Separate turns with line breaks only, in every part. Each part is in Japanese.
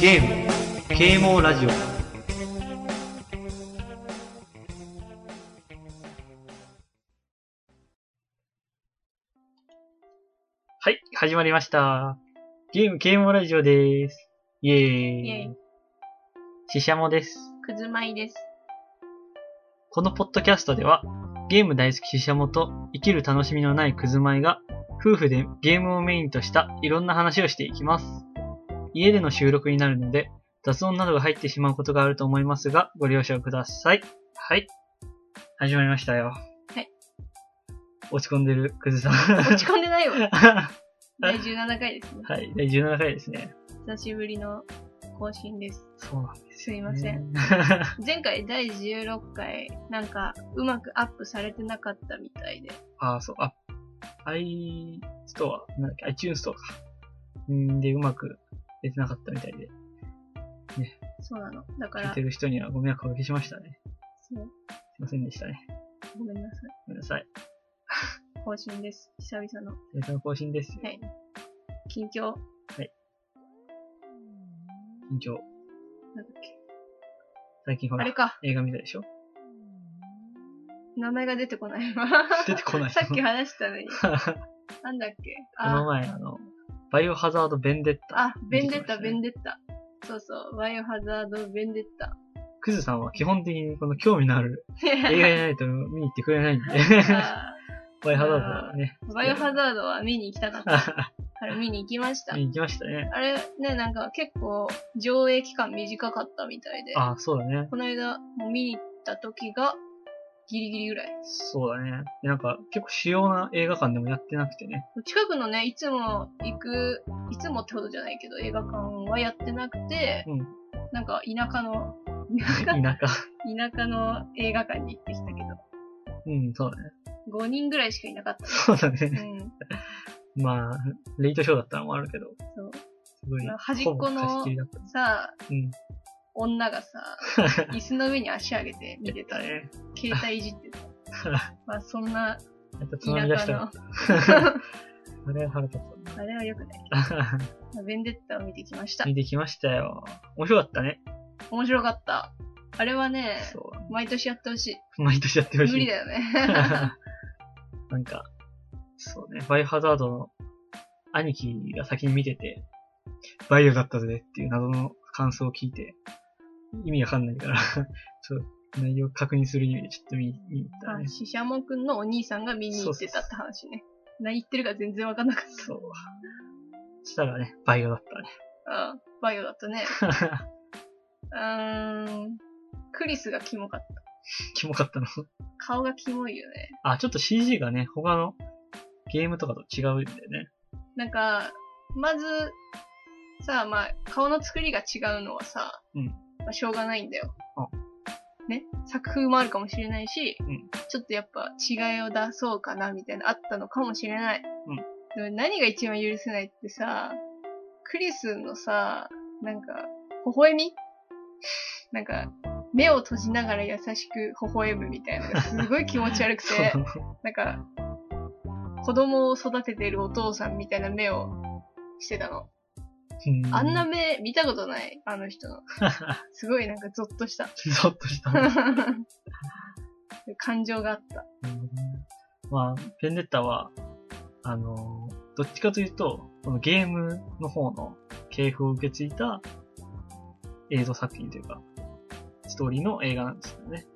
ゲーム、啓蒙ラジオ。はい、始まりました。ゲーム、啓蒙ラジオです。イエーイ。
イエーイ
ししゃもです。
くずま いです。
このポッドキャストでは、ゲーム大好きししゃもと生きる楽しみのないくずまいが、夫婦でゲームをメインとしたいろんな話をしていきます。家での収録になるので、雑音などが入ってしまうことがあると思いますが、ご了承ください。はい。始まりましたよ。
はい。
落ち込んでるくずさん。
落ち込 んでないわ。
は
第17回ですね。
い、第17回ですね。
久しぶりの更新です。
そうなんです
い
す、
ません。。前回第16回、なんか、うまくアップされてなかったみたいで。
ああ、そう、あ、i ストア、なんだっけ、iTunes ストアか。んーで、うまく出てなかったみたいで、
そうなの。だか
聞い
ら
て、る人にはご迷惑をおかけしましたね。
そう
すいませんでしたね。
ごめんなさ
ごめんなさい。
い。更新です。久々の。
データの更新ですよ。
はい。近況、
緊張。
なんだっけ。
最近ほ
あ
ら
れ、か。
映画見たでしょ
名前が出てこないわ。
出てこない。
さっき話したのに。なんだっけ。
この
あ、
前、あの、バイオハザード・ベンデッタ。
あ、ベンデッタ、ベン
デッ
デッタ。そうそう。バイオハザード、ベンデッタ。
タ。クズさんは基本的にこの興味のある映画じゃないと見に行ってくれないんで、
あ
バイオハザードは ね。。
ーバイオハザードは見に行きたかったから見に行きました
見に行きましたね。
あれね、なんか結構上映期間短かったみたいで、
あ、そうだね。
この間もう見に行った時がギリギリぐらい。
そうだね。でなんか、結構主要な映画館でもやってなくてね。
近くのね、いつも行く、いつもってほどじゃないけど映画館はやってなくて、
うん。
なんか田舎の、田 舎
田舎。
田舎の映画館に行ってきたけ
うん、そうだね。
ど、5人ぐらいしかいなかった。
そうだ
う
ね。
ん。
まあ、レイトショーだったのもあるけど、
そう。
すごい
まあ。端っこ
ほぼ
の
貸し切りだった。
さあ、
うん。
女がさ、椅子の上に足上げて見てた。
ね。
携帯いじってた。まあそん
や
な
っぱつまみ出
田
し
舎
た
の
ら。。あれは腹立
あれは良くない。
つ。
まあベンデッタを見てきました
見。てきましたよ。面白かったね。
面白かった。あれはね、
そう。
毎年やってほしい。
毎年やってほしい。
無理だよね。
なんか、そうね、バイオハザードの兄貴が先に見てて、バイオだったぜっていう謎の感想を聞いて、意味わかんないから、 ちょっと内容確認する意味でちょっと見見に行った
あ
ね。
シシャモくんのお兄さんが見に行ってたって話ね。何言ってるか全然わかんなかっ。
そう。そしたらね、バイオだった
うん。バイオだとね。
たね。
うーん。クリスがキモかった。
キモかったの。
顔がキモいよね。
あ、ちょっと CG がね、他のゲームとかと違うんだよね。
なんか、まず、さあ、まあ、顔の作りが違うのはさ、
うん
まあ、しょうがないんだよ
あ。
ね、作風もあるかもしれないし、
うん
ちょっとやっぱ違いを出そうかなみたいなあったのかもしれない。でも何が一番許せないってさ、クリスのさ、なんか、微笑みなんか、目を閉じながら優しく微笑むみたいなのがすごい気持ち悪 く
そ
て。
う。
なんか、子供を育ててるお父さんみたいな目をしてた
う
の。あんな目見たことない、あ の人の。すごいなんかゾッとした。
ゾッとした。
感情があった。
なるほどねまあ、ベンデッタは、あのーどっちかというと、このゲームの方の系譜を受け継いだ映像作品というか、ストーリーの映画なんですよね。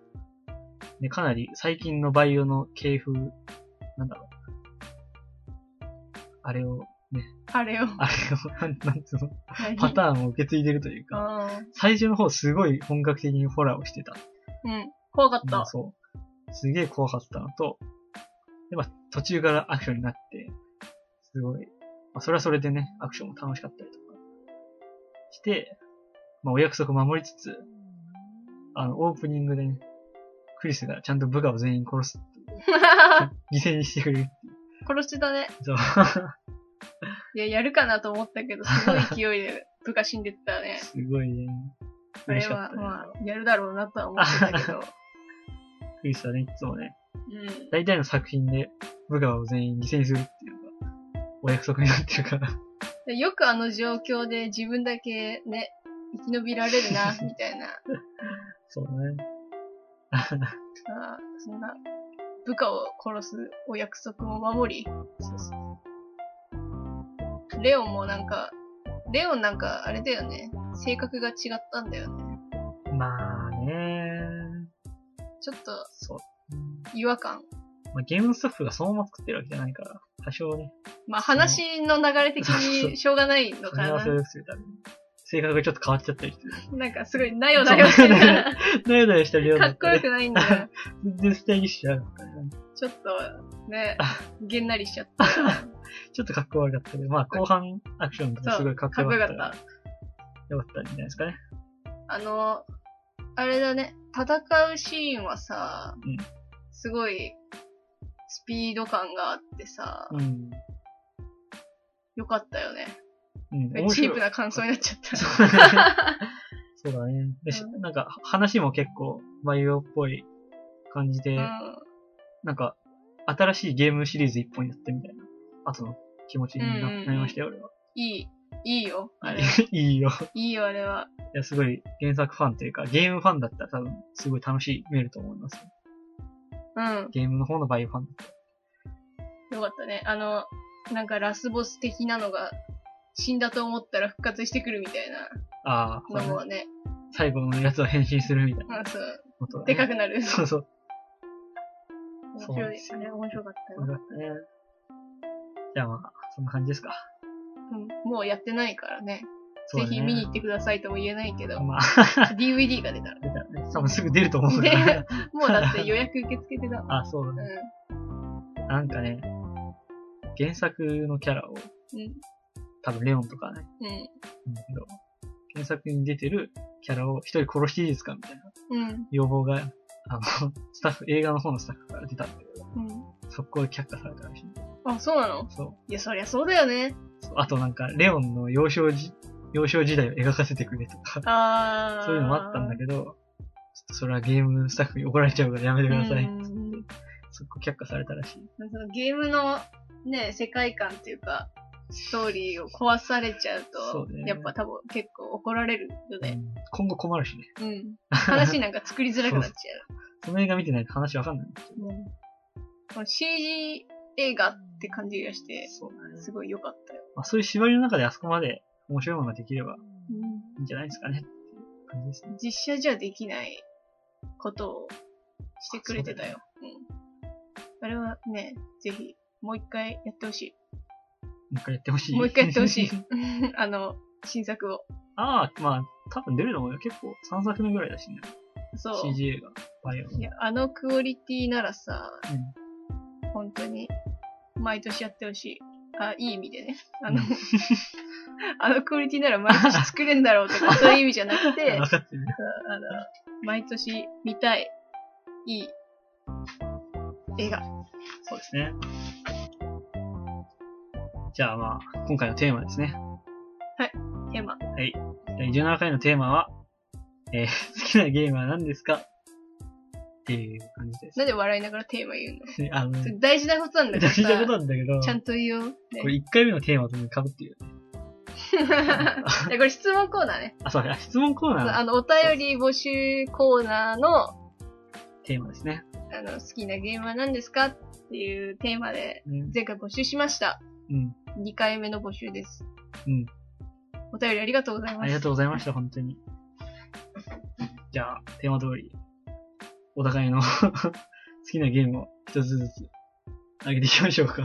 で、かなり最近のバイオの系譜、なんだろう。あれを、
あれ
あれ
を。
を、なんなんつうの、
何
パターンを受け継いでるというか、
あー
最初の方すごい本格的にホラーをしてた。
うん。怖かっ
う
た
ん。そう。すげえ怖かったのと、で、まあ、途中からアクションになって、すごい、まあ、それはそれでね、アクションも楽しかったりとかして、まあ、お約束守りつつ、あの、オープニングでね、クリスがちゃんと部下を全員殺す、犠牲にしてくれる。
殺してたね。
そう。
いや、やるかなと思ったけど、すごい勢いで部下死んでったね。
すごいね。
あれ
嬉しかっ
は、
たね
まあ、やるだろうなとは思って たけど。
クリスはね、いつもね、
うん。
大体の作品で部下を全員犠牲にするっていうのが、お約束になってるから。
でよくあの状況で自分だけね、生き延びられるな、みたいな。
そうね。
さあ、そんな、部下を殺すお約束を守り、レオンもなんか、レオンなんかあれだよね。性格が違ったんだよね。
まあね、
ちょっと
そう。
違和感。
まあ、ゲームスタッフがそのまま作ってるわけじゃないから、多少ね、
まあ話の流れ 的にしょうがない
組
の
み
か
合わ
な
せ。をするために、性格がちょっと変わっちゃったりして る。
なんかすごい、なよなよしてるから
だよだよしたりように
か
な
っこよくないんだよ。
全然スタイリッシュじゃなかったね。
ちょっと、ね
あ、
げんなりしち ゃった。
ちょっとかっこ悪かったけど、まあ後半アクションとかすごいかっこ
かっ
よ
こ
か
よ
った
かっ
から。
た。
よかったんじゃないですかね。
あの、あれだね、戦うシーンはさ、
うん
すごい、スピード感があってさ、
うん。
よかったよね。
うん。面
チー
白
プ
い。
な感想になっちゃっ
そう
た。
そうだね。で、し
う
なんか話も結構バイオっぽい感じで、
う
なんか新しいゲームシリーズ一本やってみたいな、後の気持ちにな,、
うんうんうん
なりましたよ、俺は。
ん、いい、いいよ。あれ
い、 いいよ。
いいよ、あれは。
いや、すごい原作ファンというか、ゲームファンだったら多分、すごい楽しめると思います。
うん。
ゲームの方のバイオファン。
よかったね。あの、なんかラスボス的なのが、死んだと思ったら復活してくるみたい
ああ、
なの
そうね
もね、
最後のやつは変身するみたいな
うん、そう、
ことだ、ね。
でかくなる。
そうそう。
面
そうなん
白
で
い。
す
あれ面白かった
よ
よ。
かったね。じゃあまあ、そんな感じですか。
うん、もうやってないからね。
そう
ぜ
だね
ひ見に行ってくださいとも言えないけど、
まあ、
DVD が出たら。
出たね。多分すぐ出ると思う から。
もうだって予約受付てたもん。
あ、そうだ
う
ね。
ん。
なんかね、原作のキャラを、
うん。
多分レオンとかね、
うん。
なんだけど、原作に出てるキャラを一人殺していいですかみたいな
うん。
要望が、あの、 スタッフ、映画の方のスタッフから出たんだけど、
うん。
速攻で却下されたらしい。
あ、そうなの
そう。
いや、そりゃそうだよね。
そうあとなんか、レオンの幼少時、幼少時代を描かせてくれとか、
あー。
そういうのもあったんだ
ど、
けど、ちょっとそれはゲームスタッフに怒られちゃうからやめてください。
うん
そこ却下されたらしい。
そのゲームのね、世界観っていうか、ストーリーを壊されちゃう
そ
と、
うね
やっぱ多分結構怒られる
う
よね。
ん今後困るしね。
うん。話なんか作りづらくなっちゃ
その映画見てないと話わかんないんですよ。
う。うん。この CG 映画って感じがして、
そうだね
すごい良かったよ。
まあ、そういう縛りの中であそこまで面白いものができれば
うん
いいんじゃないですかね。っていう感じですね。
実写じゃできないことをしてくれてたよ。うん。あれはね、ぜひ、もう一回やってほし
もう一回やってほし
い。
い。。
もう一回やってほ しいうんあの、新作を。
ああ、まあ、多分出ると思うよ。結構3作目ぐらいだしね。
そう。
CG 映画。バイオの。
いや、あのクオリティならさ、
うん
本当に、毎年やってほしい。あ、いい意味でね。あの
うん、
あのクオリティなら毎年作れんだろうと か、そういう意味じゃなくて、
分かってるね。
あの、毎年見たい、いい、映画。
そうですね。じゃあまあ、今回のテーマですね。
テーマ。
第17回のテーマは、えー好きなゲームは何ですかっていう感じです
なんで笑いながらテーマ言うの
ね。あの、
それ大事なことなんだ
大
から
事なこと
さ、
なんだけど、
ちゃんと言おう。ね、
これ1回 目のテーマとかぶってるよね。
でこれ質問コーナーね。
あ、そうだ、質問コーナー
あ
の
の、お便り募集コーナーの、あ
テーマですね。
の、好きなゲームは何ですかっていうテーマで、
うん。
前回募集しました。
うん
2回目の募集です。
うん。
お便りありがとうございます。
ありがとうございました、本当に。じゃあ、テーマ通り、お互いの 好きなゲームを一つずつ上げていきましょうか。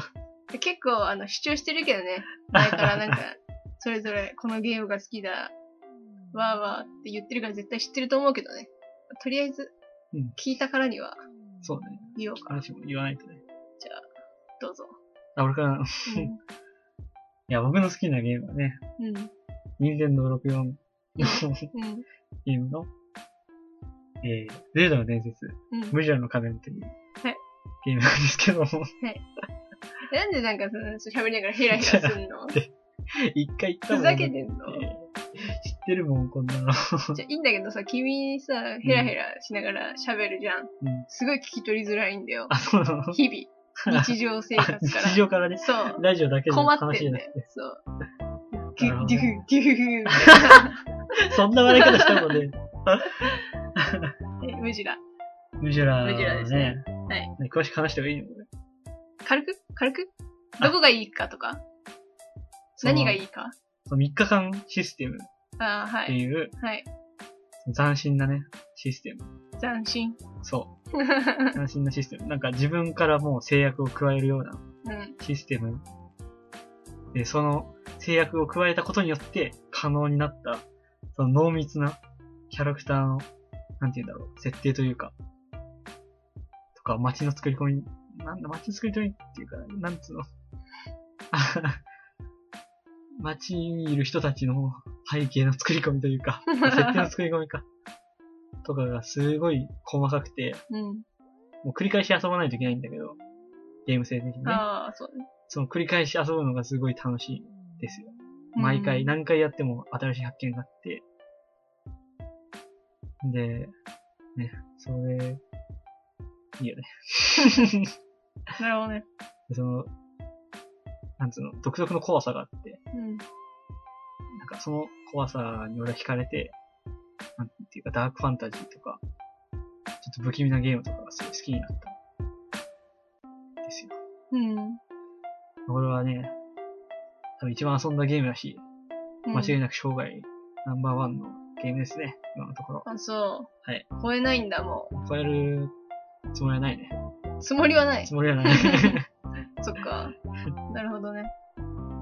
で結構、あの、主張してるけどね。前からなんか、それぞれこのゲームが好きだ、わーわーって言ってるから絶対知ってると思うけどね。とりあえず
うん、
聞いたからには
そうね。
言おうか。
話も言わないとね。
どうぞ。
あ、俺から、い
うん
や、僕の好きなゲームはね、
うん。
任天堂64の
うん。
ゲームの、えー、ゼルダの伝説、
うん。
無邪の仮面という、
はい
ゲームなんですけども、
なんでなんかその喋りながらヘラヘラすんの
一回言った
ふ
もん
ざけてんの
えー知っってるもん、こんなの。
じゃあいいんだけどさ、君にさ、ヘラヘラしながら喋るじゃん。
うん
すごい聞き取りづらいんだよ。
あ、そうなの
日々。日常生活から。
日常からね、
そう。
ラジオだけの
困っ
話
て
じゃ
ん
な
だ
く
よ
て。。
そう。デ
なるほど
ュデュフ
ね
デュフフみたいな
そんな笑い方したもん ね。
えムジラ。
ムジュラ、ね。
ムジュラですね。はい。
ね詳しく話した方がいいのこれ。
軽く軽く
あ
どこがいいかとか
その
何がいいか
その3日間システムっ
ああ、は
て
い。
いう、
はい。
その斬新なね、システム。
斬新。。
そうう。斬新なシステム。なんか自分からもう制約を加えるようなんシステム。で、その制約を加えたことによって可能になった、その濃密なキャラクターの、なんて言うんだろう、設定というか、とか、街の作り込み、なんだ、街の作り込みっていうか、なんつうの。 街にいる人たちの背景の作り込みというか、設定の作り込みか。とかがすごい細かくて、
うん。
もう繰り返し遊ばないといけないんだけど、ゲーム性的にね。
ああ、そうね。
その繰り返し遊ぶのがすごい楽しいですよ。
うん
毎回、何回やっても新しい発見があって。で、ね、それ、い いよね。
なるほどね。
その、なんつうの、独特の怖さがあって、
う
な
ん。
んかその怖さに俺は惹かれて、なんていうかダークファンタジーとか、ちょっと不気味なゲームとかがすごい好きになった。ですよ。
うん。
俺はね、多分一番遊んだゲームだし、
うん
間違いなく生涯ナンバーワンのゲームですね、今のところ。
あ、そう。
はい。
超えないんだ、も
超えるつもりはないね。
う。つもりはない
つ。もりは ない。
そっか。なるほどね。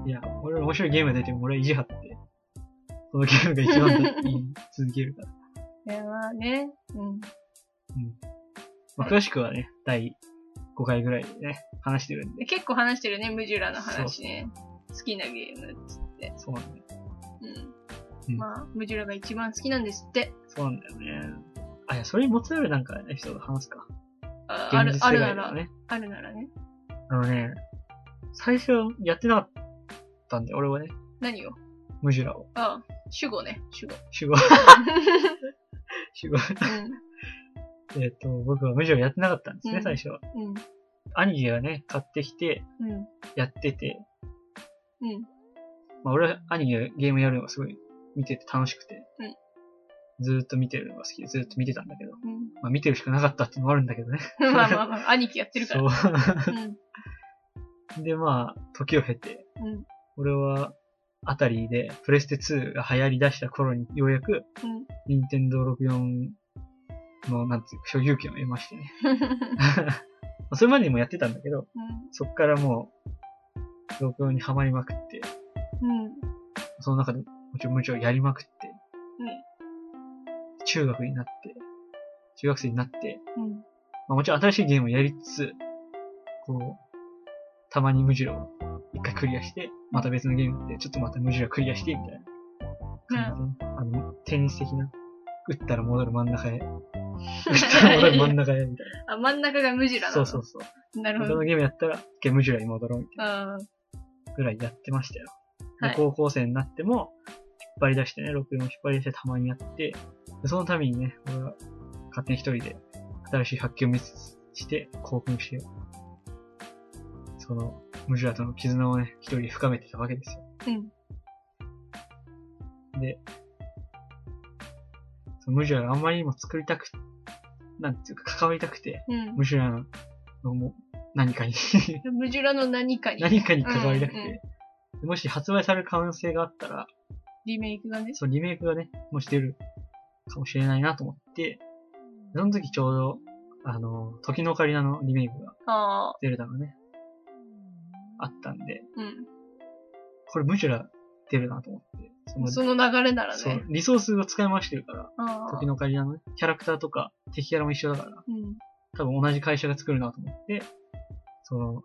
いや、俺面白いゲームが出ても俺は意地張って、このゲームが一番だって言い続ける から。
いや、まあね。うん。
まあ、詳しくはね、第5回ぐらいでね、話してるんで。
で結構話してるね、ムジュラの話ね。好きなゲームっつって。
そうなんだよ。
う。
うんん
まあ、ムジュラが一番好きなんですって。
そうなんだよね。あ、いや、それにもつれるなんかエピソード話すか。
ああ
現
る、
実
あ
世
るな
界だ
ら
よ、ね。
あるならね。
あのね、最初やってなかったんで、俺はね、
何を
ムジュラを。
ああ、主語ね、主語。
主語。 主語。えっと、僕はムジュラやってなかったんですね、
うん
最初は。
うん。うん。
兄貴がね、買ってきて、
うん。
やってて、
うん。
まあ俺は兄貴がゲームやるのがすごい見てて楽しくて、ずーっと見てるのが好きで、ずーっと見てたんだけど、
うん。
まあ見てるしかなかったっていうのもあるんだけどね。
まあまあまあ、兄貴やってるから。う
そ
ん。
う。 で、まあ、時を経て、
うん。
俺は、あたりで、プレステ2が流行り出した頃に、ようやく、
うん。
任天堂64の、なんていうか、所有権を得ましてね。 まあそれまでにもやってたんだけど、そっからもう、64にはまりまくって、
うん。うん。
その中でもちろん無知をやりまくって、中学になって、中学生になって、
うん。
まあ、もちろん新しいゲームをやりつつ、こう、たまに無事を一回クリアして、また別のゲームやって、ちょっとまた無事をクリアして、みたいな感じで、あの、テニス的な、打ったら戻る真ん中へ、打ったら戻る真ん中へ、みたい
あ、真ん中がムジュラ
な。
な
そ
の
うそうそう。
なるほ
他
ど
の。ゲームやったら、一回無事に戻ろう、みたいな。
あ
ぐらいやってましたよ。で
はい
高校生になっても、引っ張り出してね、64引っ張り出してたまにやって、でそのためにね、俺は勝手に一人で新しい発見を見つつして、興奮して、その、ムジュラとの絆をね、一人で深めてたわけですよ。
ーうん。
で、そのムジュラがあんまりにも作りたく、なんていうか関わりたくて、
うん
ム。ジュラのもう何かに
ムジュラの何かに。
何かに関わりたく
うん
て、もし発売される可能性があったら、
リメイクがね。
そう、リメイクがね、もうしてるかもしれないなと思って、その時ちょうど、あの、時のオカリナのリメイクが、
ああ。
ゼルダのね、あったんで、
う
これムジュラ出るなと思って、そ
ん。その流れなら
そう
ね。
リソースを使い回してるから、
ああ
時。のオカリナのね、キャラクターとか敵キャラも一緒だから、
うん。
多分同じ会社が作るなと思って、その、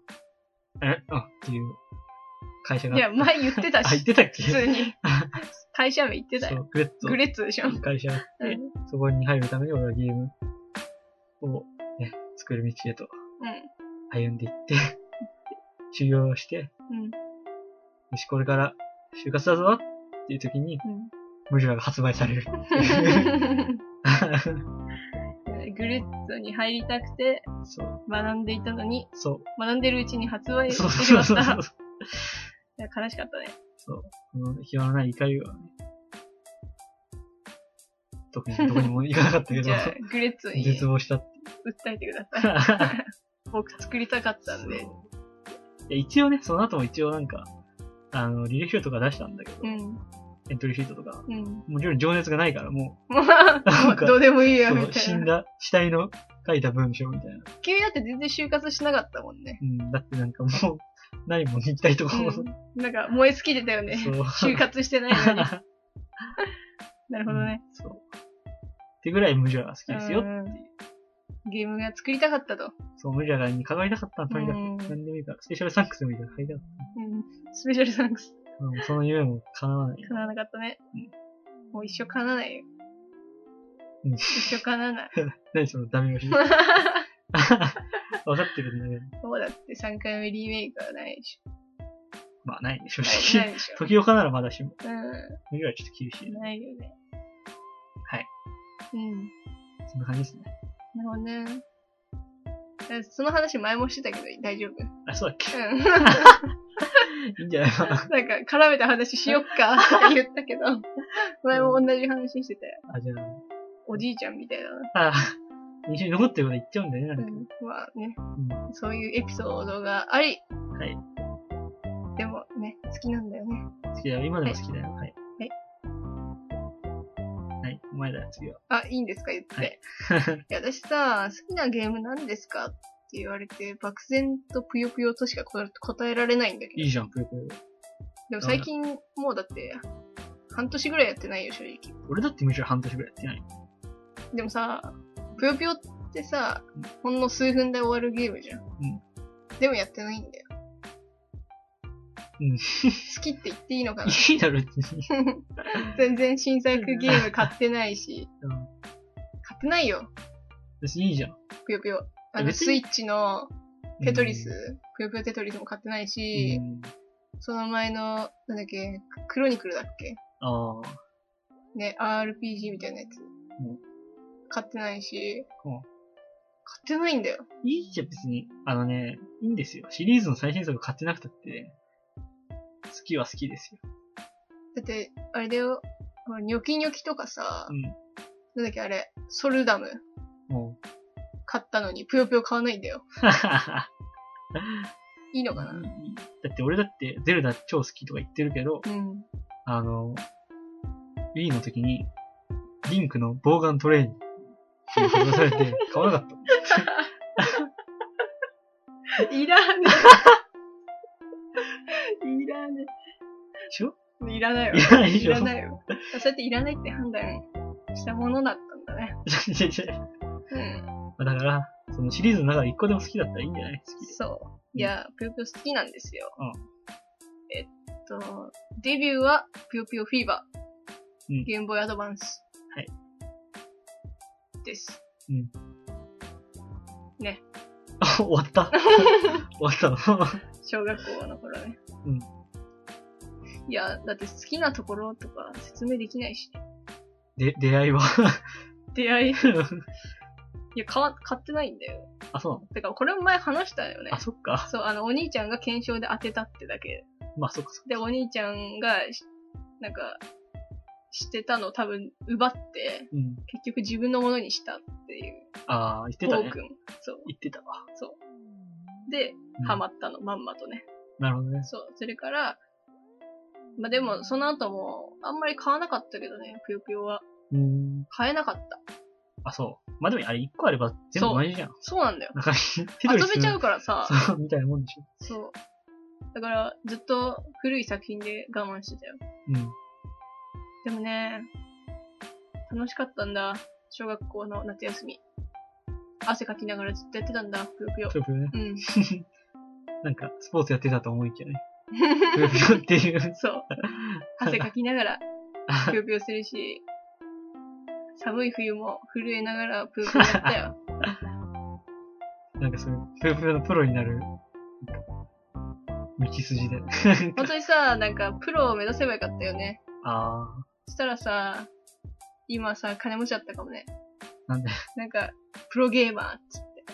え、あ、っていう会社が、
いや、前言ってた
あ、言っ
し。
てたっけ
普通に。会社名言ってた
そ
よ。
う、グレッツ
グレッツでしょ。う
の会社があって、
ん。
そこに入るために俺はゲームを、ね、作る道へと
う
歩んでい って、修行をして、
ん。うん。
よし、これから就活だぞっていう時に、
うん。
ムジュラが発売される。
グレッツに入りたくて
そう、
学んでいたのに、
そ
学んでるうちに発売
う。
して
そう
し
そ
ま
う
っ
そ
た。
うそう。
いや悲しかったね。
そう。この暇のない怒りはね。特にどこに も行かなかったけど
じゃ、あ、グレッツに
絶
訴
望したって。
えてください。 僕作りたかったんで。
そういや一応ね、その後も一応なんか、あの、履歴書とか出したんだけど、
うん。
エントリーシートとか。
うん。
もちろん情熱がないから、も
まあ
なんか、
どうでもいいうや、
そ
み
の
た
死
い
ん
な。
だ死体の書いた文章みたいな。
君だって全然就活しなかったもんね。
うん、だってなんかもう、ないもん行きたいとこ も。
うん、なんか、燃え尽きてたよね。
そう。
就活してな いのに。なるほどね。
うん。 そう。ってぐらい無邪が好きですよっていう。
ゲームが作りたかったと。
そう、無邪がに輝いたかったのとにか
うん
く、何でもいいから、スペシャルサンクスみたいなの買いたかっ
うん。スペシャルサンクス。
た。うんその夢も叶わない。
叶わなかったね
う。
もう一生叶わないよ。
うん
一生叶わない。
何そのダメ押し。わかってるんだけど。
そうだって3回目リメイクはないでし
まあ、ないね、正
ょ。
直
な。いでしょ。
時岡ならまだしも、
う
無邪はちょっと厳しい
ん。
な。
ないよね。
はい。
うん。
そんな感じですね。
なるほどね。えその話前もしてたけど、大丈夫。うん。
あ、そうだっけ
な
いいんじゃないかな。
んか、絡めた話しよっか って言ったけど、前も同じ話してたよ。
あ、じゃ
おじいちゃんみたいだな。
あ、あ印象に残ってること言っちゃうんだよね、なんか。
うん、まあね、
うん
そういうエピソードがあり、
はい。
でもね、好きなんだよね。
好きだよ、今でも好きだよ。はい。はい、お前だよ、次は。
あ、いいんですか言って。
はい
い、や、私さ、好きなゲームなんですかって言われて、漠然とぷよぷよとしかこ答えられないんだけど。
いいじゃん、ぷよぷよ。
でも最近、もうだって、半年ぐらいやってないよ、正直。
俺だってむしろ半年ぐらいやってない。
でもさ、ぷよぷよってさ、ほんの数分で終わるゲームじゃん。
ん
でもやってないんだよ。
うん
好きって言っていいのかな
いいだろ、別に。
全然新作ゲーム買ってないし。
うん
買ってないよ、
別にいいじゃん。
ぷよぷよ。あ
え
の、
別に
スイッチのテトリス、ぷよぷよテトリスも買ってないし、
うん。
その前の、なんだっけ、クロニクルだっけ
ああ。
ね、RPG みたいなやつ。
ん
買ってないし、
うん
買ってないんだよ。
いいじゃん、別に。あのね、いいんですよ。シリーズの最新作買ってなくたって、好きは好きですよ。
だって、あれだよ、ほらニョキニョキとかさ、
う
なんだっけあれ、ソルダム
ん。もう。
買ったのに、ぷよぷよ買わないんだよ。 いいのかな
だって俺だって、ゼルダ超好きとか言ってるけど
う、ん。
あの、Wii の時に、リンクのボーガントレーニングっていうのが出され て、買わなかった。
いらねえ。いらね
でしょ
え。いらないわ。
いらないでしょ
いらないわ。そうやっていらないって判断したものだったんだね。
違う違う
うん。
まあだから、そのシリーズの中で一個でも好きだったらいいんじゃない好き で。
そう。いや、ぷよぷよ好きなんですよ。
うん
えっと、デビューは、ぷよぷよフィーバー。
うん
ゲームボーイアドバンス。
はい。
です。
あ、終わった 終わったの
小学校の頃ね。
うん。
いや、だって好きなところとか説明できないし。
で、出会いは
出会い、いや、買わ、買ってないんだよ。
あ、そうなの
だからこれも前話したよね
あ、。そっか。
そう、あの、お兄ちゃんが検証で当てたってだけ。
まあ、そっかそっか。
で、お兄ちゃんがし、なんか、してたのを多分奪って、
うん。
結局自分のものにしたっていう。
ああ、言って
こ
た
う
ね
く。ん。そう。
言ってたわ。
で、
うん
ハマったの、まんまとね。
なるほどね。
そう。それから、まあ、でも、その後も、あんまり買わなかったけどね、ぷよぷよは。
うーん。
買えなかった。
あ、そう。まあ、でもあれ一個あれば全部同じじゃん。
そうなんだよ。
なんか、テトリ
遊
ス
べちゃうからさ、
そう、みたいなもんでしょ。
そう。だから、ずっと古い作品で我慢してたよ。
うん。
でもね、楽しかったんだ。小学校の夏休み。汗かきながらずっとやってたんだ、ぷよぷよ
ぷ。よぷよね。
うん。
なんか、スポーツやってたと思い きやね。ぷよぷよっていう。
そう。汗かきながら、ぷよぷよするし、寒い冬も震えながらぷよぷよやった よ。
なんかそういう、ぷよぷよのプロになる、なんか道筋で。
本当にさ、なんか、プロを目指せばよかったよね。
あ
したらさ、今さ、金持ちだったかもね。
なんで、
なんか、プロゲーマーっつって。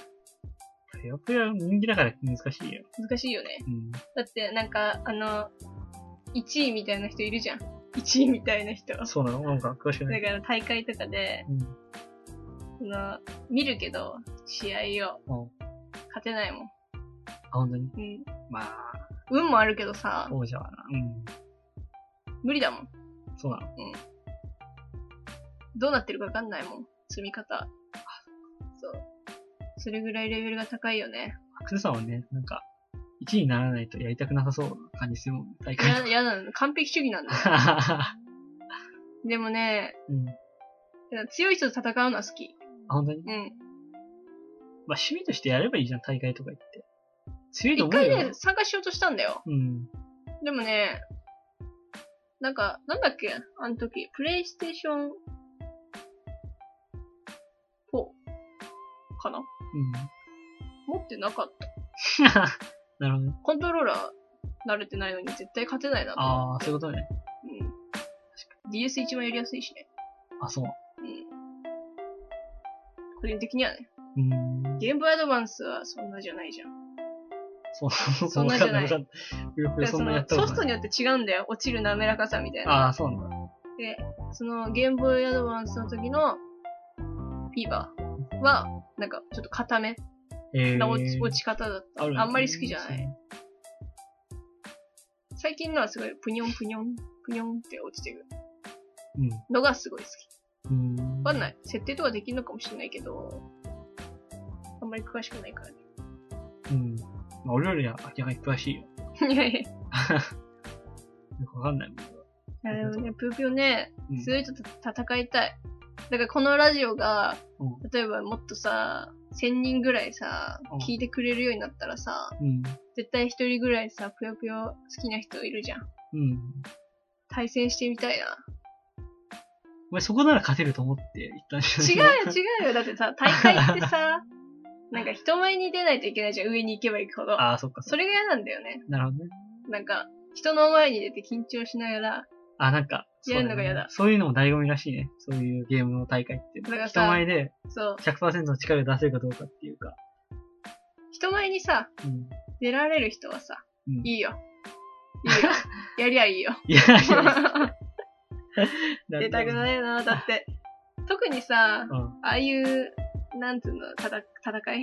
ぷよぷよ人気だから難しいよ。
難しいよね。
うん。
だって、なんか、あの、1位みたいな人いるじゃん。1位みたいな人。だ
そうなのなんか詳しくない。
から大会とかで、
うん。
その、見るけど、試合を
うん。
勝てないもん。
あ、本当に
うん。
まあ、
運もあるけどさ、
王者はな。うん。
無理だもん。
そうなの。
どうなってるかわかんないもん。積み方。そう。それぐらいレベルが高いよね。
アクセさんはね、なんか、1位にならないとやりたくなさそうな感じするもん、大会。
や、やなの。完璧主義なんだよ。でもね、
うん。
強い人と戦うのは好き。
あ、本当に
うん。
まあ、趣味としてやればいいじゃん、大会とか行って。強いと
一
思う
回
よ。
ね、参加しようとしたんだよ。
うん。
でもね、なんか、なんだっけあの時、プレイステーション4かな
うん。
持ってなかった。
なるほどね。
コントローラー慣れてないのに絶対勝てないなと思
ああ、そういうことね。
う。うん。DS 一番やりやすいしね。
あ、そう。
個人的にはね。
うーん。
ゲームアドバンスはそんなじゃないじゃん。
そうそう
そんなじゃない
わかんないよく
だから
そ
そ
んなやっ
の
たこ
ソ
と
フ
な
ト
い。
によって違うんだよ。落ちる滑らかさみたいな。
ああ、そうなんだ。
で、そのゲームボーイアドバンスの時のフィーバーは、なんかちょっと固め
え
な落ち
ー、
落ち方だった。
あるね
あんまり好きじゃない。。最近のはすごいぷにょんぷにょん、ぷにょんって落ちてくる
うん。
のがすごい好き。
うん。。
わかんないい。設定とかできるのかもしれないけど、あんまり詳しくないから
うん。まあ、俺よりは明らかに詳しいよ。
ね。いやいや。い
よくわかんないもん。
やでもね、ぷよぷよね、
うん
強い人と戦いたい。だからこのラジオが、
う
例えばもっとさ、1000人ぐらいさ
うん、
聞いてくれるようになったらさ、
うん。
絶対一人ぐらいさ、ぷよぷよ好きな人いるじゃん。
うん。
対戦してみたいな。
お前そこなら勝てると思って言ったん
違
じ
う
ゃない
よ、違うよ。だってさ、大会ってさ、なんか人前に出ないといけないじゃん、上に行けば行くほど。
ああ、そっか。
それが嫌なんだよね。
なるほどね。
なんか、人の前に出て緊張しながら、
あ、なんか、そう
やるの
ね
が嫌だ
そういうのも醍醐味らしいね。そういうゲームの大会って。
だから
人
さ
前で
そう、
100%の力を出せるかどうかっていうか。
人前にさ、
うん。
出られる人はさ、
うん。
いいよ。い いよ。やりゃいいよ。
いや、いや
出たく
い。
ないよな、だって。特にさ、
うん。
ああいう、なんつうの、たた戦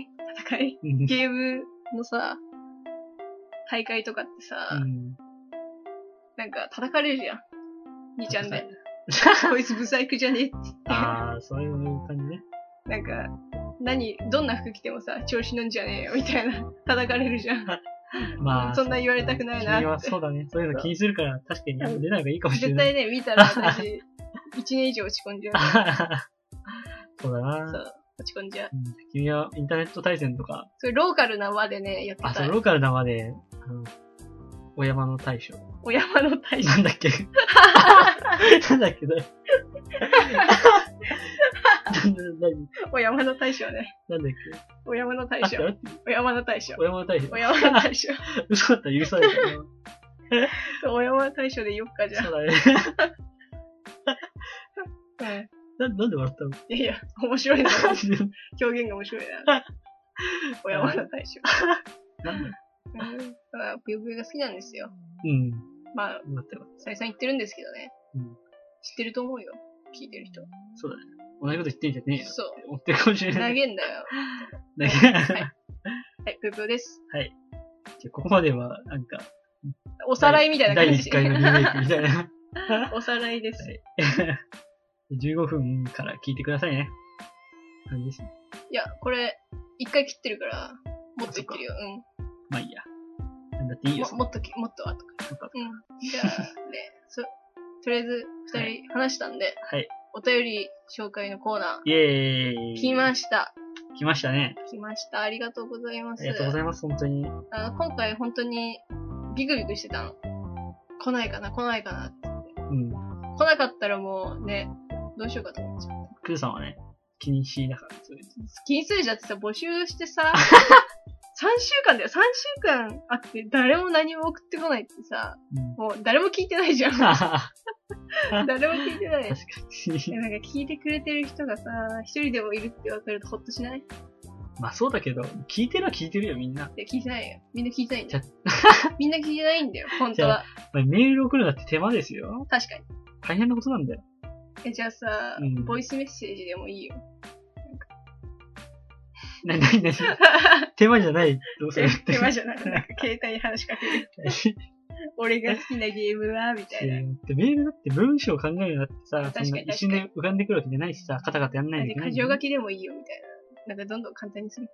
い戦い
うん
ゲームのさ、大会とかってさ、
うん。
なんか叩かれるじゃん。兄ちゃんで。 こいつブサイクじゃねえって言って。な
ああ、そういう感じね。
んか、何、どんな服着てもさ、調子乗んじゃねえよ、みたいな。 叩かれるじゃん。
まあ、
そんな言われたくない
君
な
は
って。
そうだね。そういうの気にするから、確かに出ない方がいいかもしれ
絶
ない。
対ね、見 たら私、一年以上落ち込んじゃう。
そうだ
そ
な。
う。落ち込んじゃう。
うん君はインターネット対戦とか、
それローカルな輪でね、やって
あ、そ
た
う、。ローカルなまで、あの、お山の大将。
お山の大将
な。んだっ けなんだっけどれなんだ何
お山の大将ね。
なんだっ
お山の大
けあって
将。
あって
お山の大将
お。山の大将
お。山の 大将。
嘘だったら許されるからな。
そうお山の大将でよっかじゃん。
そううだね。
ん
ななんで笑ったの
いやいや、面白いな。
な
表現が面白い な。お山の大将。
んだ
うんまあ、ぷよぷよが好きなんですよ。
うん。
まあ、
待ってよかった
再三言ってるんですけどね。
うん
知ってると思うよ。聞いてる人。
そうだね。同じこと言ってんじゃねえよ。
そう。
思ってるかもしれ
投
ない。
げん だよ。
投げ。
はいはい、ぷよぷよです。
じゃあここまでは、なんか、
おさらいみたいな
第
感
1
じ。
回のリメイクみたいな。
おさらいです。
はい
い、
15分から聞いてくださいね。感じですね。
や、これ、一回切ってるから、もっといってるよ。うん。
まあいいや。だっていいよ、
も
そん
もっとき、もっと後
なこと
うん。じゃあ、ね、そ、とりあえず、
は
二人話したんで、
はい。
お便り紹介のコーナ
イェーイ。
ー、来ました。
来ましたね。
来ました。ありがとうございま
あ
す。
りがとうございます、本当に。
あの、今回本当にビクビクしてたの。来ないかな、来ないかな。
うん。
来なかったらもうね、どうしようかと思っちゃう。
クーさんはね、気にしなかった。そういう
気にするじゃんってさ、募集し てさ、3週間だよ、3週間あって誰も何も送ってこないってさ、
うん。
もう誰も聞いてないじゃん。
はは
誰も聞いてない。
確か
い
に
や。なんか聞いてくれてる人がさ、一人でもいるって分かるとほっとしないい
まあそうだけど、聞いてるは聞いてるよ、みんな。
や、聞いてないよ。みんな聞いてないんだよ
ち。
みんな聞いてないんだよ、本当は。
まあメール送るのだって手間ですよ。
確かに。
大変なことなんだよ。
え、じゃあさ、
うん
ボイスメッセージでもいいよ。
なになになに 手間じゃない。どうするって。
手間じゃない。なんか携帯に話しかける。 俺が好きなゲームは、みたいな。
でメールだって文章を考えるのだってさ、
かに
そんな一瞬で浮かんでくるわけじゃないしさ、カタカタやんないといけない
箇
じゃ
条
ん。
書きでもいいよ、みたいな。なんかどんどん簡単にす る。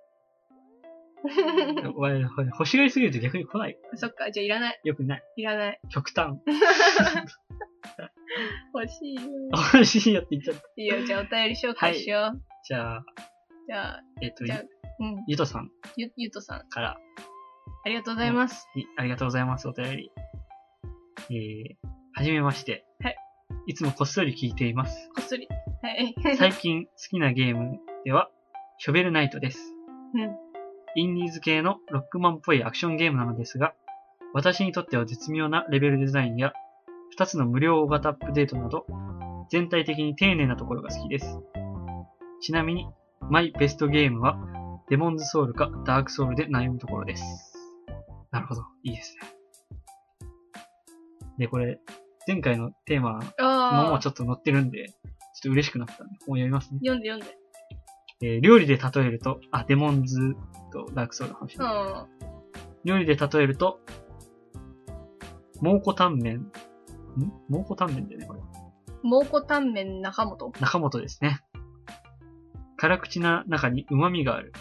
お前ほら欲しがりすぎると逆に来ない。
そっか、じゃあいらない。
よくない。
いらない。
極端。
欲しいよ。
欲しいよって言っちゃった。
いいよ、じゃあお便り紹介しよう。
じゃあ、
じゃあ、
えっ、と
じゃあ、うん、
ゆとさん
ゆ、ゆとさん、
から
ありがとうございます。
いありがとうございます、お便り。えー、はじめまして。
はい。
いつもこっそり聞いています。
こっそり。 はい。
最近好きなゲームでは、ショベルナイトです。
うん。
インディーズ系のロックマンっぽいアクションゲームなのですが、私にとっては絶妙なレベルデザインや、2つの無料大型アップデートなど、全体的に丁寧なところが好きです。ちなみに、マイベストゲームは、デモンズソウルかダークソウルで悩むところです。なるほど。いいですね。で、これ、前回のテーマの
あ
も
あ
ち、ょっと載ってるんで、ちょっと嬉しくなったんで、もう読みますね。
読んで読んで。
えー料理で例えると、あ、デモンズとダークソウルの話、
うん。あ
料理で例えると、蒙古タンメン。ん蒙古タンメンだよね、これ。
蒙古タンメン中本。
中本ですね。辛口な中に旨味がある。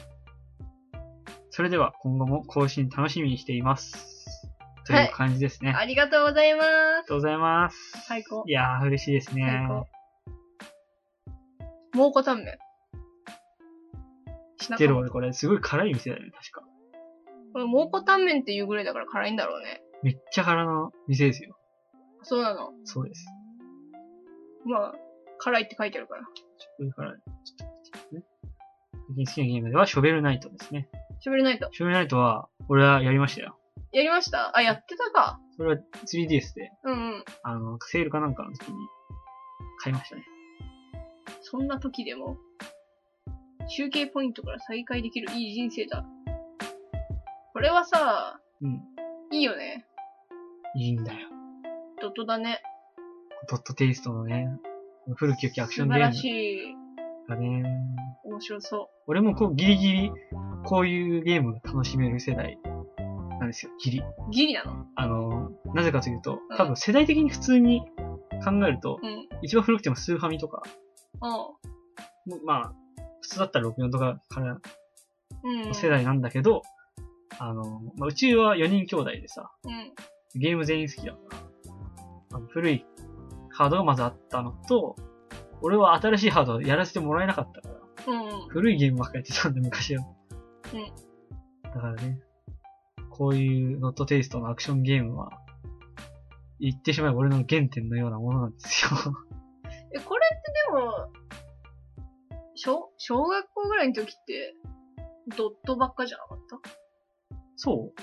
それでは今後も更新楽しみにしています。と
はい
いう感じですね。あ
ありがとうございま
りが
す。
とうございます。
最高
いやー、嬉しいですね
最。高。蒙古タンメン。
知ってる俺これ、すごい辛い店だよね、確か。
これ蒙古タンメンっていうぐらいだから辛いんだろうね。
めっちゃ辛の店ですよ。
そうなの。
そうです。
まあ、辛いって書いてあるから。
これから、ちょっと待ってね。最近好きなゲームでは、ショベルナイトですね。
喋れないと。
ショベルナイトは、俺はやりましたよ。
やりましたあ、やってたか。
それは 3DS で、
うんうん。
あの、セールかなんかの時に買いましたね。
そんな時でも、集計ポイントから再開できるいい人生だ。これはさ、
うん。
いいよね。
いいんだよ。
ドットだね。
ドットテイストのね、古き良きアクショ
素
ンゲ
晴
ー
ら
ム
しい。
がね、
面白そ
俺もこうギリギリ、こういうゲームが楽しめる世代なんですよ、ギリ。
う。ギリなの
あの、なぜかというと
うん、
多分世代的に普通に考えると、
うん。
一番古くてもスーファミとか、
う
もうまあ、普通だったら64とかから
ん。うん。
世。代なんだけど、あの、まあ、うちは4人兄弟でさ、
うん。
ゲーム全員好きだから、あの古いハードがまずあったのと、俺は新しいハードをやらせてもらえなかったから、
うんうん。
古いゲームばっかやってたんで、昔は。
うん
だからね、こういうノットテイストのアクションゲームは、言ってしまえば俺の原点のようなものなんですよ。
え、これってでも、小、小学校ぐらいの時って、ドットばっかじゃなかった
そう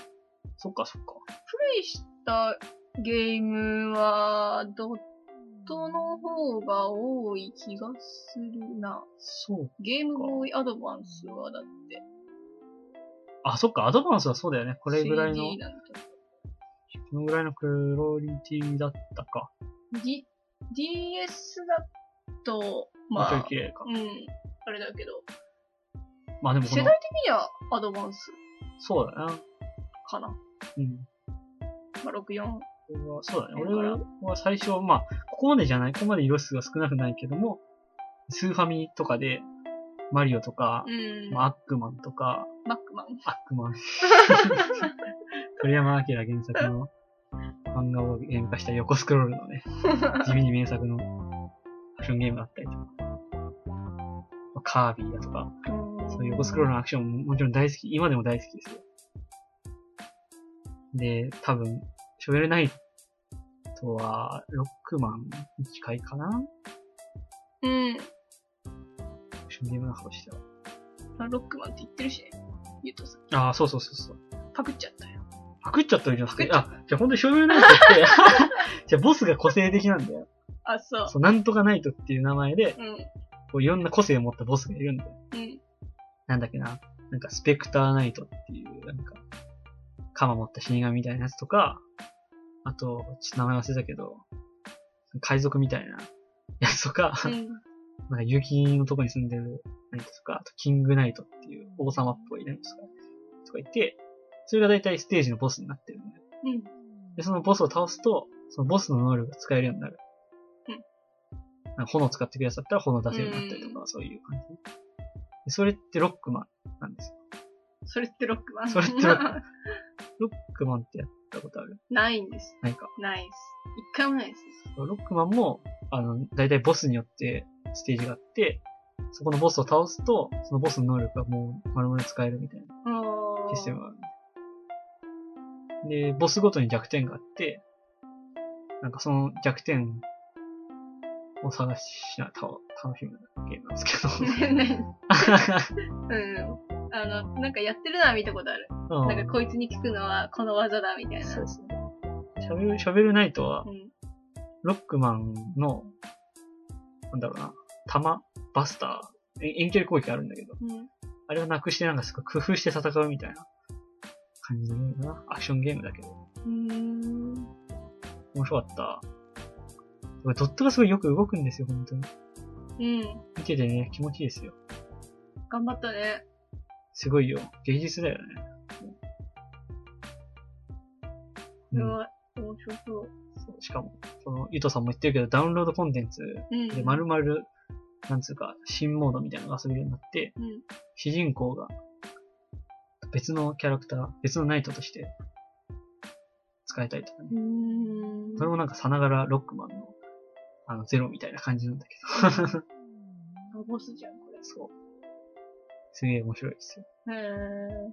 そっかそっか。
プレイしたゲームは、ドットの方が多い気がするな。
そう。
ゲームボーイアドバンスはだって、
あ、そっか、アドバンスはそうだよね。これぐらいの、
3D なんだけ
このぐらいのクオリティだったか。
ど。D、DS だと、
まあ、
ま
ちょい
あ
綺、麗か
う。ん、あれだけど、
まあでもこ
世
の、
代的にはアドバンス
そうだな。
かな。
うん。
まあ、64。
俺はそうだね。
だから
俺は最初、まあ、ここまでじゃない、ここまで色数が少なくないけども、スーファミとかで、マリオとか、
うん。
まあ、アックマンとか、
バックマン。
アック マン。鳥山明原作の漫画をゲーム化した横スクロールの ね、地味に名作のアクションゲームだったりとか、カービィだとか、そういう横スクロールのアクションももちろん大好き、今でも大好きですよ。で、多分、ショベルナイトは、ロックマンに近いかなア
うん。
クションゲームの方としては。
まあロックマンって言ってるしね。ゆうとさん。
ああ、そうそうそうそう。
パクっちゃったよ。
パクっちゃったわけじゃなく、
パクってち ゃ
あ、じゃあ本当にショベルナイトって、じゃあボスが個性的なんだよ。
あ、そう。
そう、なんとかナイトっていう名前で、
うん。
こういろんな個性を持ったボスがいるんだよ。
うん。
なんだっけな、なんかスペクターナイトっていう、なんか、鎌持った死神みたいなやつとか、あと、ちょっと名前忘れたけど、海賊みたいなやつとか、
うん。
なんか雪のとこに住んでるナイトとか、あとキングナイトっていう王様っぽいナイトとか、とかいて、それが大体ステージのボスになってるのね。
うん。
で、そのボスを倒すと、そのボスの能力が使えるようになる。
うん
なんか炎使ってくやつだったら炎出せるようになったりとか、そういう感じ。でそれってロックマンなんですよ。
それってロックマン
それってロックマロックマンってやったことある
ないんです。
ないか。
ないです。一回もないです。
ロックマンも、あの、だいたいボスによってステージがあって、そこのボスを倒すと、そのボスの能力がもう丸々使えるみたいな。
ああ。
システムがある。で、ボスごとに弱点があって、なんかその弱点を探しな、た楽しむゲームなんですけど。
ねねうん。あの、なんかやってるのは見たことある。
うん
なんかこいつに聞くのはこの技だみたいな。
そうですね。しゃべる、しゃべるナイトは
う、ん。
ロックマンの、なんだろうな、弾バスターえ遠距離攻撃あるんだけど、
うん。
あれをなくしてなんかすごい工夫して戦うみたいな感じのゲームだな。アクションゲームだけど。
うん。
面白かった。これドットがすごいよく動くんですよ、本当に。
うん。
見ててね、気持ちいいですよ。
頑張ったね。
すごいよ。芸術だよね。
す
う
ごい
ん、
面白そう。
そうしかも、その、ゆとさんも言ってるけど、ダウンロードコンテンツ
うん。
で、まるまる、なんつうか、新モードみたいなのが遊べるようになって、
うん。
主人公が、別のキャラクター、別のナイトとして、使えたりとかね
う。ーん。
それもなんかさながらロックマンの、あの、ゼロみたいな感じなんだけど。
あボスじゃん、こ
そう。すげえ面白いですよ。
れ。へー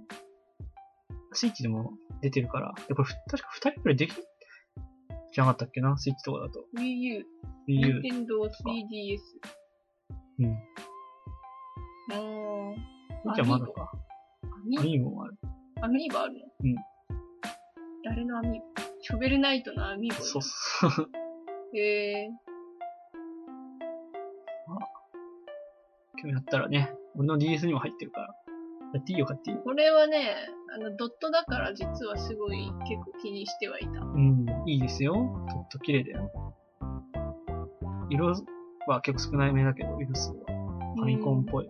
スイッチでも出てるから、でこれふ確か2人くらいできじゃなかったっけな、スイッチとかだと。
Wii U、
Wii U。
Nintendo 3DS。
うん。
うん。
じゃあまだか。
アミ
ア
ー
ミーボもある。
ボアミーボあるの
うん。
誰のアミーボショベルナイトのアミーボ
そうそう。
う。へー
興味あったらね、俺の DS にも入ってるから。やっていいよ、買っていいよ。
これはね、あの、ドットだから実はすごい結構気にしてはいた。
うん、いいですよ。とっと綺麗だよ。色は結構少ないめだけど、色数は。ファミコンっぽい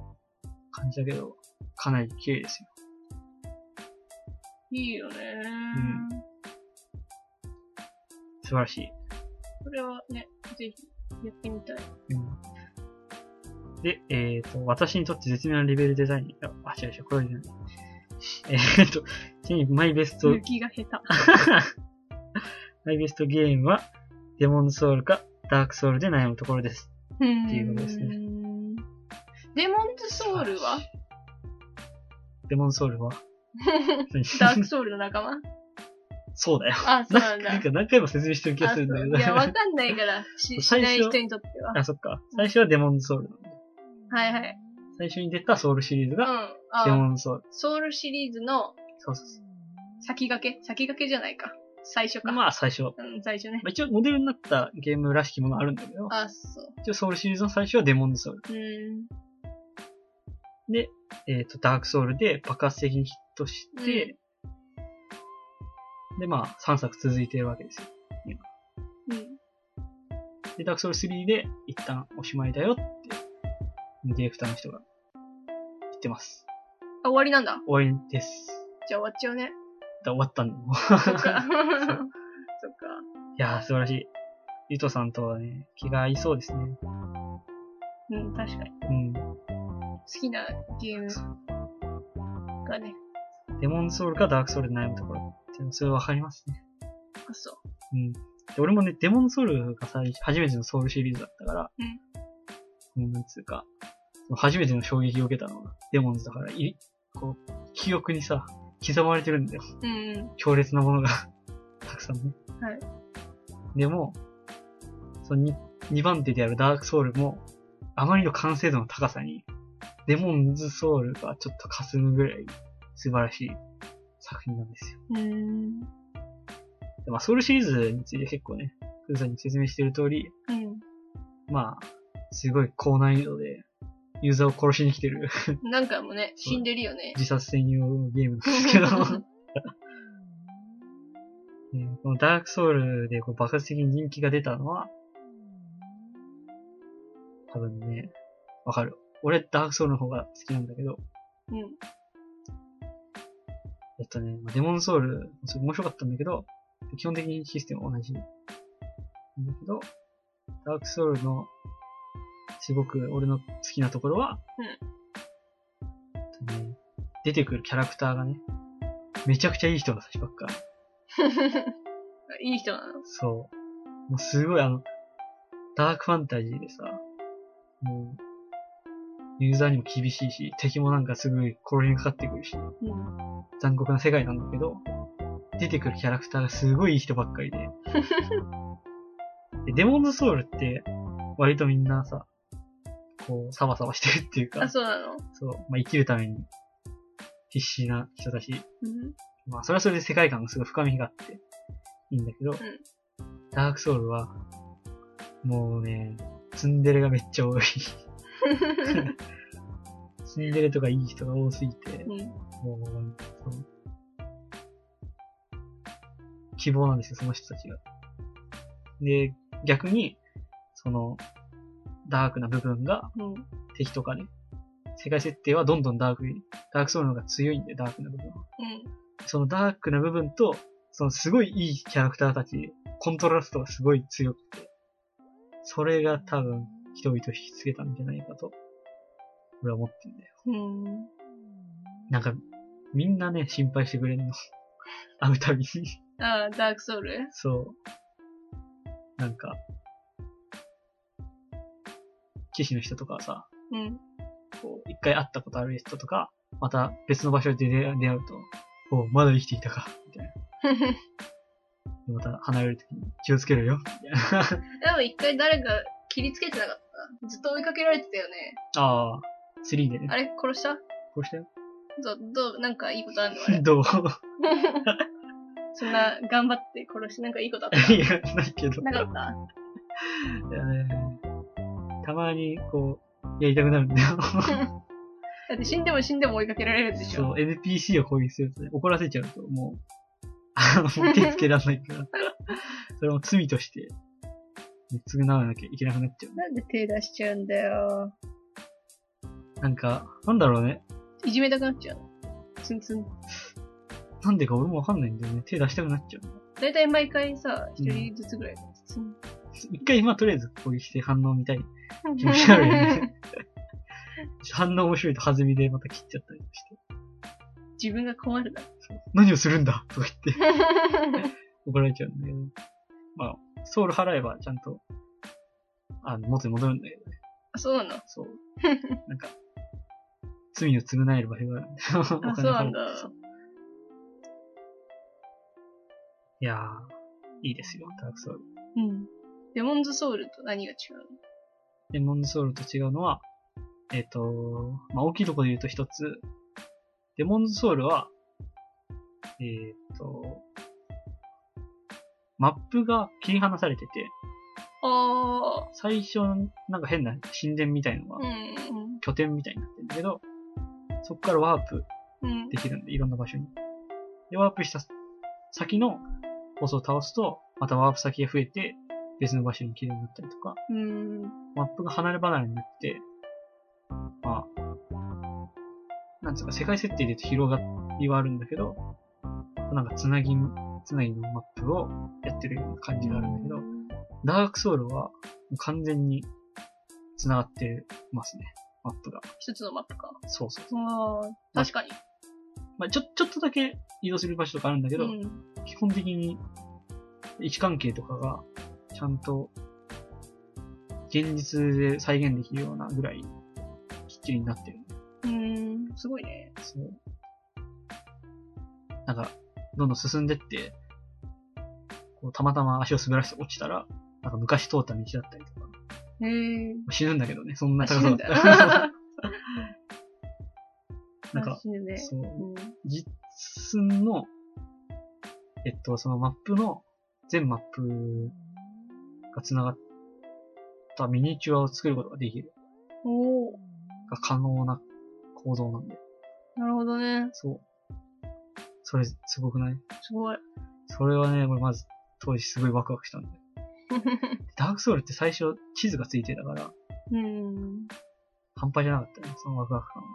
感じだけど、かなり綺麗ですよ。
いいよね。
ん素晴らしい。
これはね、ぜひやってみたい。
うんで、えっ、と、私にとって絶妙なレベルデザイン。あ、あ違う違う、これじゃない。 えっ、と、ちなみにマイベスト、
勇気が下手。
マイベストゲームは、デモンズソウルか、ダークソウルで悩むところです。
って
いうことですね。
デモンズソウ ルは
デモンズソウルは
ダークソウルの仲間
そうだよ。
あ、そうなんだ。
なんか何回も説明してる気がす
あそう
るんだけ
いや、わ
ど。
かんないから、しし
最
な
初
い人にとって は。
あ、そっか。最初はデモンズソウルなんだ。
はいはい。
最初に出たソウルシリーズ
うん。
が、デ
あ
モンズソウル。
ソウルシリーズの
そうそうそ
先駆け先駆けじゃないか。最初
う。
か。
まあ、最初。
うん、最初ね
ま。あ、一応、モデルになったゲームらしきものがあるんだけど、
あ、そう。
一応、ソウルシリーズの最初はデモンズソウル。
うーん。
で、えっ、と、ダークソウルで爆発的にヒットして、で、まあ、3作続いてるわけですよ。
うん。
で、ダークソウル3で一旦おしまいだよって、ディレクターの人が言ってます。
あ、終わりなんだ。
終わりです。
じゃあ終わっちゃ うね。
だ終わったんだもん。
そっか。そっか。
いやー、素晴らしい。ゆとさんとはね、気が合いそうですね。
うん、確かに。
うん。
好きなゲームがね。
デモンズソウルかダークソウルで悩むところっていうのはそれわかりますね。
あ、そう。
うん。で俺もね、デモンソウルが最初めてのソウルシリーズだったから、うん。なんつうか、その初めての衝撃を受けたのがデモンズだから、い、こう、記憶にさ、刻まれてるんだよ。
うんうん。
強烈なものが、 たくさんね。
はい。
でも、その 2, 番手であるダークソウルも、あまりの完成度の高さに、デモンズソウルがちょっと霞むぐらい素晴らしい作品なんですよ。
うーん。
でまあ、ソウルシリーズについて結構ね、クーさんに説明してる通り、
うん。
まあ、すごい高難易度で、ユーザーを殺しに来てる
何回もね、死んでるよね。
自殺専用のゲームなんですけど、ねこのダークソウルでこう爆発的に人気が出たのは、多分ね、わかる。俺、ダークソウルの方が好きなんだけど、
うん。
えっとね、まあデモンソウル、すごい面白かったんだけど、基本的にシステムは同じ。なんだけど、ダークソウルの、すごく俺の好きなところは、えっとね、出てくるキャラクターがね、めちゃくちゃいい人が最初ばっか。
いい人なの。
そう。もうすごいあの、ダークファンタジーでさ、もう、ユーザーにも厳しいし、敵もなんかすぐ殺しにかかってくるし、
うん。
残酷な世界なんだけど、出てくるキャラクターがすごいいい人ばっかり で。でデモンズソウルって、割とみんなさ、こう、サバサバしてるっていうか
あ、、そうなの。
そう、まあ、生きるために必死な人だし、
うん。
まあ、それはそれで世界観がすごい深みがあって、いいんだけど、ダークソウルは、もうね、ツンデレがめっちゃ多い。 ツンデレとかいい人が多すぎて、
うん。
もう、そう希望なんですよ、その人たちが。で、逆に、その、ダークな部分が、
うん。
敵とかね、世界設定はどんどんダークに、ダークソウルの方が強いんで、ダークな部分は。そのダークな部分と、そのすごいいいキャラクターたち、コントラストがすごい強くて、それが多分人々を引きつけたんじゃないかと、俺は思ってんだよ。
うん。うん。
なんか、みんなね、心配してくれんの。 会うたびに。
ああ、ダークソウル
そう。なんか、騎士の人とかはさ、
うん。
こう、一回会ったことある人とか、また別の場所で出会出会うと、おうまだ生きていたか、みたいな。でまた離れるときに気をつけろよ。みたいな
でも一回誰か切りつけてなかったずっと追いかけられてたよね。
ああ、3でね。
あれ殺した
こうしたよ。。
ど、どう、なんかいいことあんのあれ
どう
そんな頑張って殺してなんかいいことあっ
い
た
や、ないけど。
なかった
いやねたまに、こう、やりたくなるんだよ。
だって死んでも死んでも追いかけられるでし
そ
ょ。
う、NPC を攻撃するとね、怒らせちゃうと、もう、あの、手つけられないから。それも罪として、償わなきゃいけなくなっちゃ
なんで手出しちゃうんだよ。
う。なんか、なんだろうね。
いじめたくなっちゃう。ツンツン。
なんでか俺もわかんないんだよね。手出したくなっちゃう。
だいたい毎回さ、一人ずつぐらい。ツン
一回、まあ、とりあえず攻撃して反応見たい。気持ち悪い ね反応面白いと弾みでまた切っちゃったりして。
自分が困るだ。
何をするんだとか言って怒られちゃうんだけど。まあ、ソウル払えばちゃんと、あの、元に戻るんだけどね。
あ、そうなの
そう。なんか、罪を償える場所があるんで。あ、そう
あ、そうなんだ。
いやー、いいですよ、ダークソウル。
うん。デモンズソウルと何が違うの
デモンズソウルと違うのは、えっ、と、まあ、大きいところで言うと一つ、デモンズソウルは、えっ、と、マップが切り離されてて、
あ
最初、なんか変な神殿みたいの
あ、
が
う、ん、
拠点みたいになってるんだけど、そこからワープ
うん、
できるんで、いろんな場所に。で、ワープした先のボスを倒すと、またワープ先が増えて、別の場所に行けるようになったりとか、
うん、うん、
マップが離れ離れになって、まあ、なんつうか、世界設定で言うと広がりはあるんだけど、なんかつなぎ、つなぎのマップをやってるような感じがあるんだけど、ダークソウルは完全に繋がってますね、マップが。
一つのマップか。
そうそう。
ああ、確かに。
まあ、ちょ、ちょっとだけ移動する場所とかあるんだけど、
うん、
基本的に位置関係とかがちゃんと現実で再現できるようなぐらいきっちりになってる。
うん、すごいね。
そう。なんか、どんどん進んでって、こうたまたま足を滑らせて落ちたら、なんか昔通った道だったりとか、
へえ。
死ぬんだけどね、そんな
あ
高
死
さ
ぬ
だった
んだ
ら。なん
あ
か、
死ぬね。
そう、
うん、
実寸の、えっと、そのマップの、全マップが繋がっったミニチュアを作ることができる。
おお
が可能な構造なんで。
なるほどね。
そう。それ、すごくない
すごい。
それはね、俺まず、当時すごいワクワクしたんだよ。ダークソウルって最初地図がついてたから、
うん。
半端じゃなかったね、そのワクワク感は。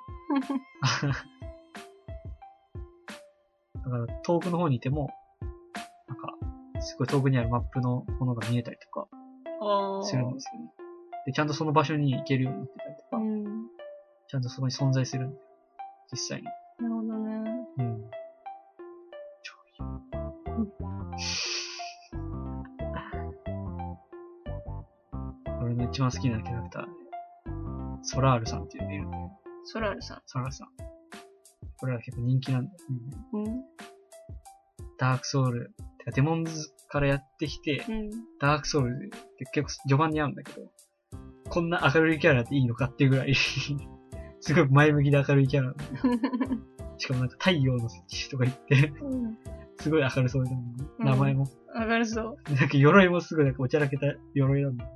だから遠くの方にいても、なんか、すごい遠くにあるマップのものが見えたりとか
ああ。
するんですよね。で、ちゃんとその場所に行けるようになってたりとか、
うん。
ちゃんとそこに存在するんだよ。実際に。
なるほどね。
うん。超いい。俺の一番好きなキャラクター、ソラールさんっていうのがいるんだよ。
ソラルさ
ソラールさん。これは結構人気なんだよ、ね。
ん。うん。
ダークソウル。てかデモンズからやってきて、
うん。
ダークソウルって結構序盤に合うんだけど、こんな明るいキャラでいいのかっていうぐら い、すごい前向きで明るいキャラ。しかもなんか太陽の騎とか言って、
うん。
すごい明るそうだもんね。
うん
名前も。
上がるぞ。
なんか鎧もすごいなんかおちゃらけた鎧なんだ。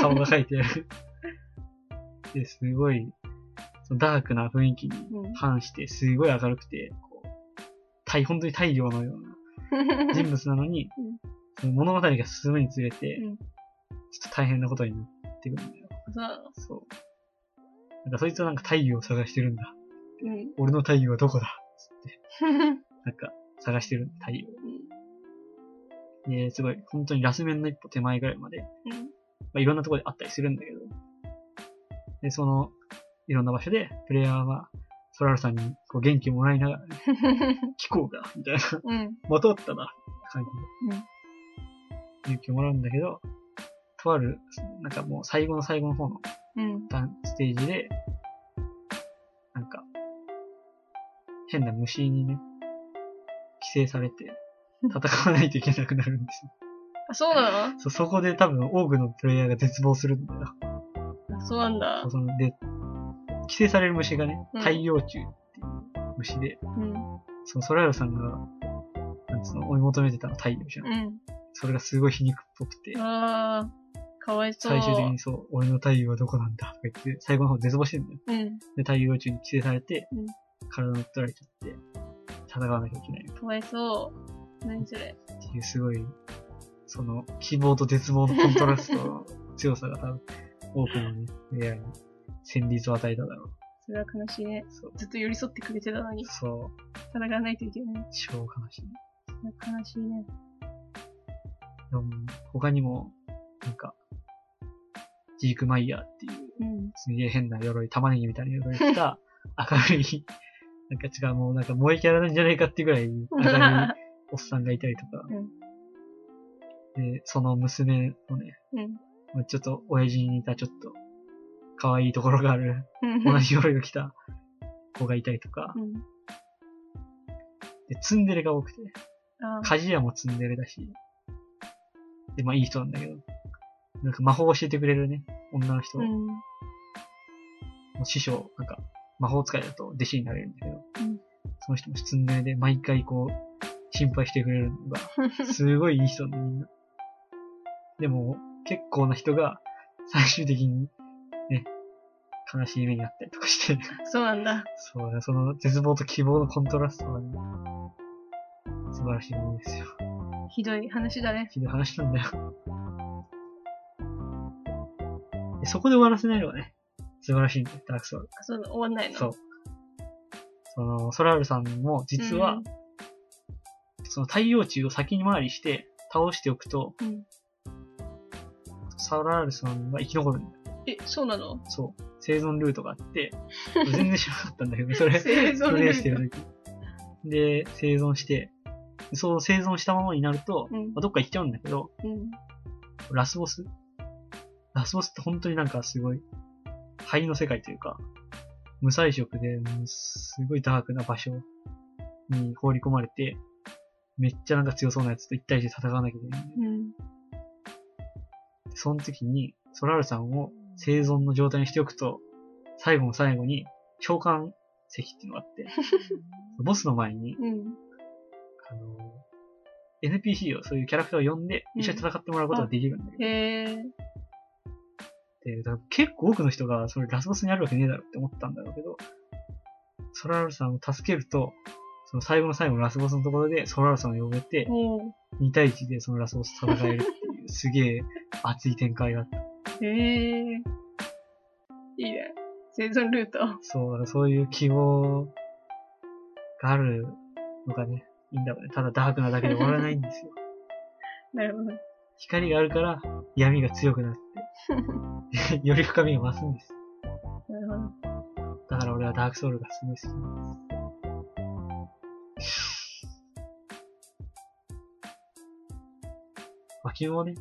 顔が描いてあ る。で、すごい、そのダークな雰囲気に
うん。
反して、すごい明るくて、こう、太、本当に太陽のような 人物なのに
うん、
その物語が進むにつれて、
うん
ちょっと大変なことになってくるんだよ。
さ、
そう。なんかそいつはなんか太陽を探してるんだ。
うん。
俺の太陽はどこだつって、なんか探してるんだ、太陽。で、すごい、本当にラス面の一歩手前ぐらいまで、
うん。
まあ、いろんなところであったりするんだけど、で、その、いろんな場所で、プレイヤーは、ソラルさんにこう元気をもらいながら、聞こうか、みたいな。
うん。
戻ったな、感じで
うん。
勇気をもらうんだけど、とある、なんかもう最後の最後の方の
うん。
段ステージで、なんか、変な虫にね、寄生されて、戦わないといけなくなるん ですよ。
あ、そうな
そ、そこで多分多くのプレイヤーが絶望するんだよ。
のあ、そうなんだ。
そので、寄生される虫がね、
うん
太陽虫っていう虫で、
うん。
そのソライロさんが、なんつうの、追い求めてたの太陽じゃん。
うん。
それがすごい皮肉っぽくて、
ああ、かわいそう。
最終的にそう、俺の太陽はどこなんだとか言って、最後の方絶望してんだよ。
うん。
で、太陽虫に寄生されて、
うん
体乗っ取られちゃって、戦わなきゃいけない
かわいそう。何それ。
っていう、すごい、その、希望と絶望のコントラストの強さが多分、多くのね、プレイヤーに戦慄を与えただろう。
それは悲しいね。
そう。
ずっと寄り添ってくれてたのに、
そ
戦わないといけない。
う、超悲しい。
それは悲しいね。
でも他にも、なんか、ジークマイヤーっていう、
うん。
すげえ変な鎧、玉ねぎみたいな鎧着た、明るい、なんか違う、もうなんか萌えキャラなんじゃないかってぐらい、明るいおっさんがいたりとか、で、その娘もね、
うん。
まあちょっと親父に似たちょっと、可愛いところがある、
うん。
同じ鎧を着た子がいたりとか
う、ん。
で、ツンデレが多くて、
ああ、
鍛冶屋もツンデレだし、で、まあいい人なんだけど、なんか魔法を教えてくれるね、女の人、
う
も
ん。
う師匠、なんか、魔法使いだと弟子になれるんだけど、
うん
その人もツンデレで毎回こう、心配してくれるのが、 すごいいい人ね、みんな。でも、結構な人が、最終的に、ね、悲しい目にあったりとかして、
そうなんだ。
そうね、その絶望と希望のコントラストがね、素晴らしいものですよ。
ひどい話だね。
ひどい話なんだよ。でそこで終わらせないのがね、素晴らしいんだよ、ダークソウル。
あ、そう、終わんないの。
そう。。その、ソラールさんも実は、その太陽虫を先に回りして倒しておくと、
うん。うん。
ソラールさんは生き残るんだよ。
え、そうなの
そう。生存ルートがあ って、俺全然知らなかったんだけど、それ、
生存
プレイして
ルー
る時。で、生存して、そう生存したままになると、
うん
まあどっか行っちゃうんだけど、
ト。うん。
ラスボスラスボスって本当になんかすごい、灰の世界というか、無彩色で、もうすごいダークな場所に放り込まれて、めっちゃなんか強そうなやつと一対一で戦わなきゃいけないんだよ。
うん。
でその時に、ソラールさんを生存の状態にしておくと、最後の最後に、召喚席っていうのがあって、ボスの前に、
うん。
あの、NPC を、そういうキャラクターを呼んで、
うん
一緒に戦ってもらうことができるんだけど、
へえ。
で、だから結構多くの人が、それラスボスにあるわけねえだろって思ったんだろうけど、ソラルさんを助けると、その最後の最後のラスボスのところでソラルさんを呼べて、
うん。
2対1でそのラスボスと戦えるっていう、すげえ熱い展開があった。
へえ。いいね。生存ルート。
そう、だからそういう希望があるのがね、いいんだろうね。ただダークなだけで終わらないんですよ。
なるほど。
光があるから闇が強くなって、より深みが増すんです。
なるほど。
だから俺はダークソウルがすごい好きなんです。まあ、君もね、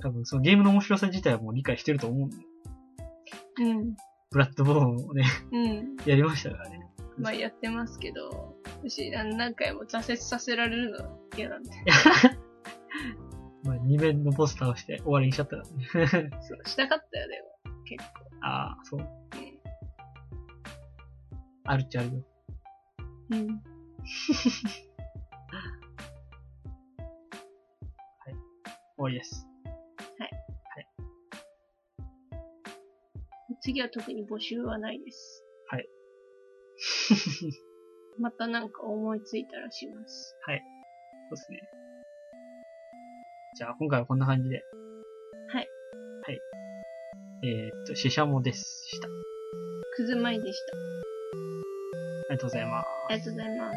多分そのゲームの面白さ自体はもう理解してると思うんで、
うん。
ブラッドボーンをね、
うん。
やりましたからね。
まあやってますけど、私、あの何回も挫折させられるの嫌なんで。
まあ、二面のポスターをして終わりにしちゃったからね。
そう、したかったよ、でも。
ああ、そう。あるっちゃあるよ。
うん。
終わりです。
次は特に募集はないです。
はい。
またなんか思いついたらします。
そうですね。じゃあ、今回はこんな感じで。
はい。
はい。えー、っと、シシャモでした。あ
くずまいでした。
りがとうございます。
ありがとうございます。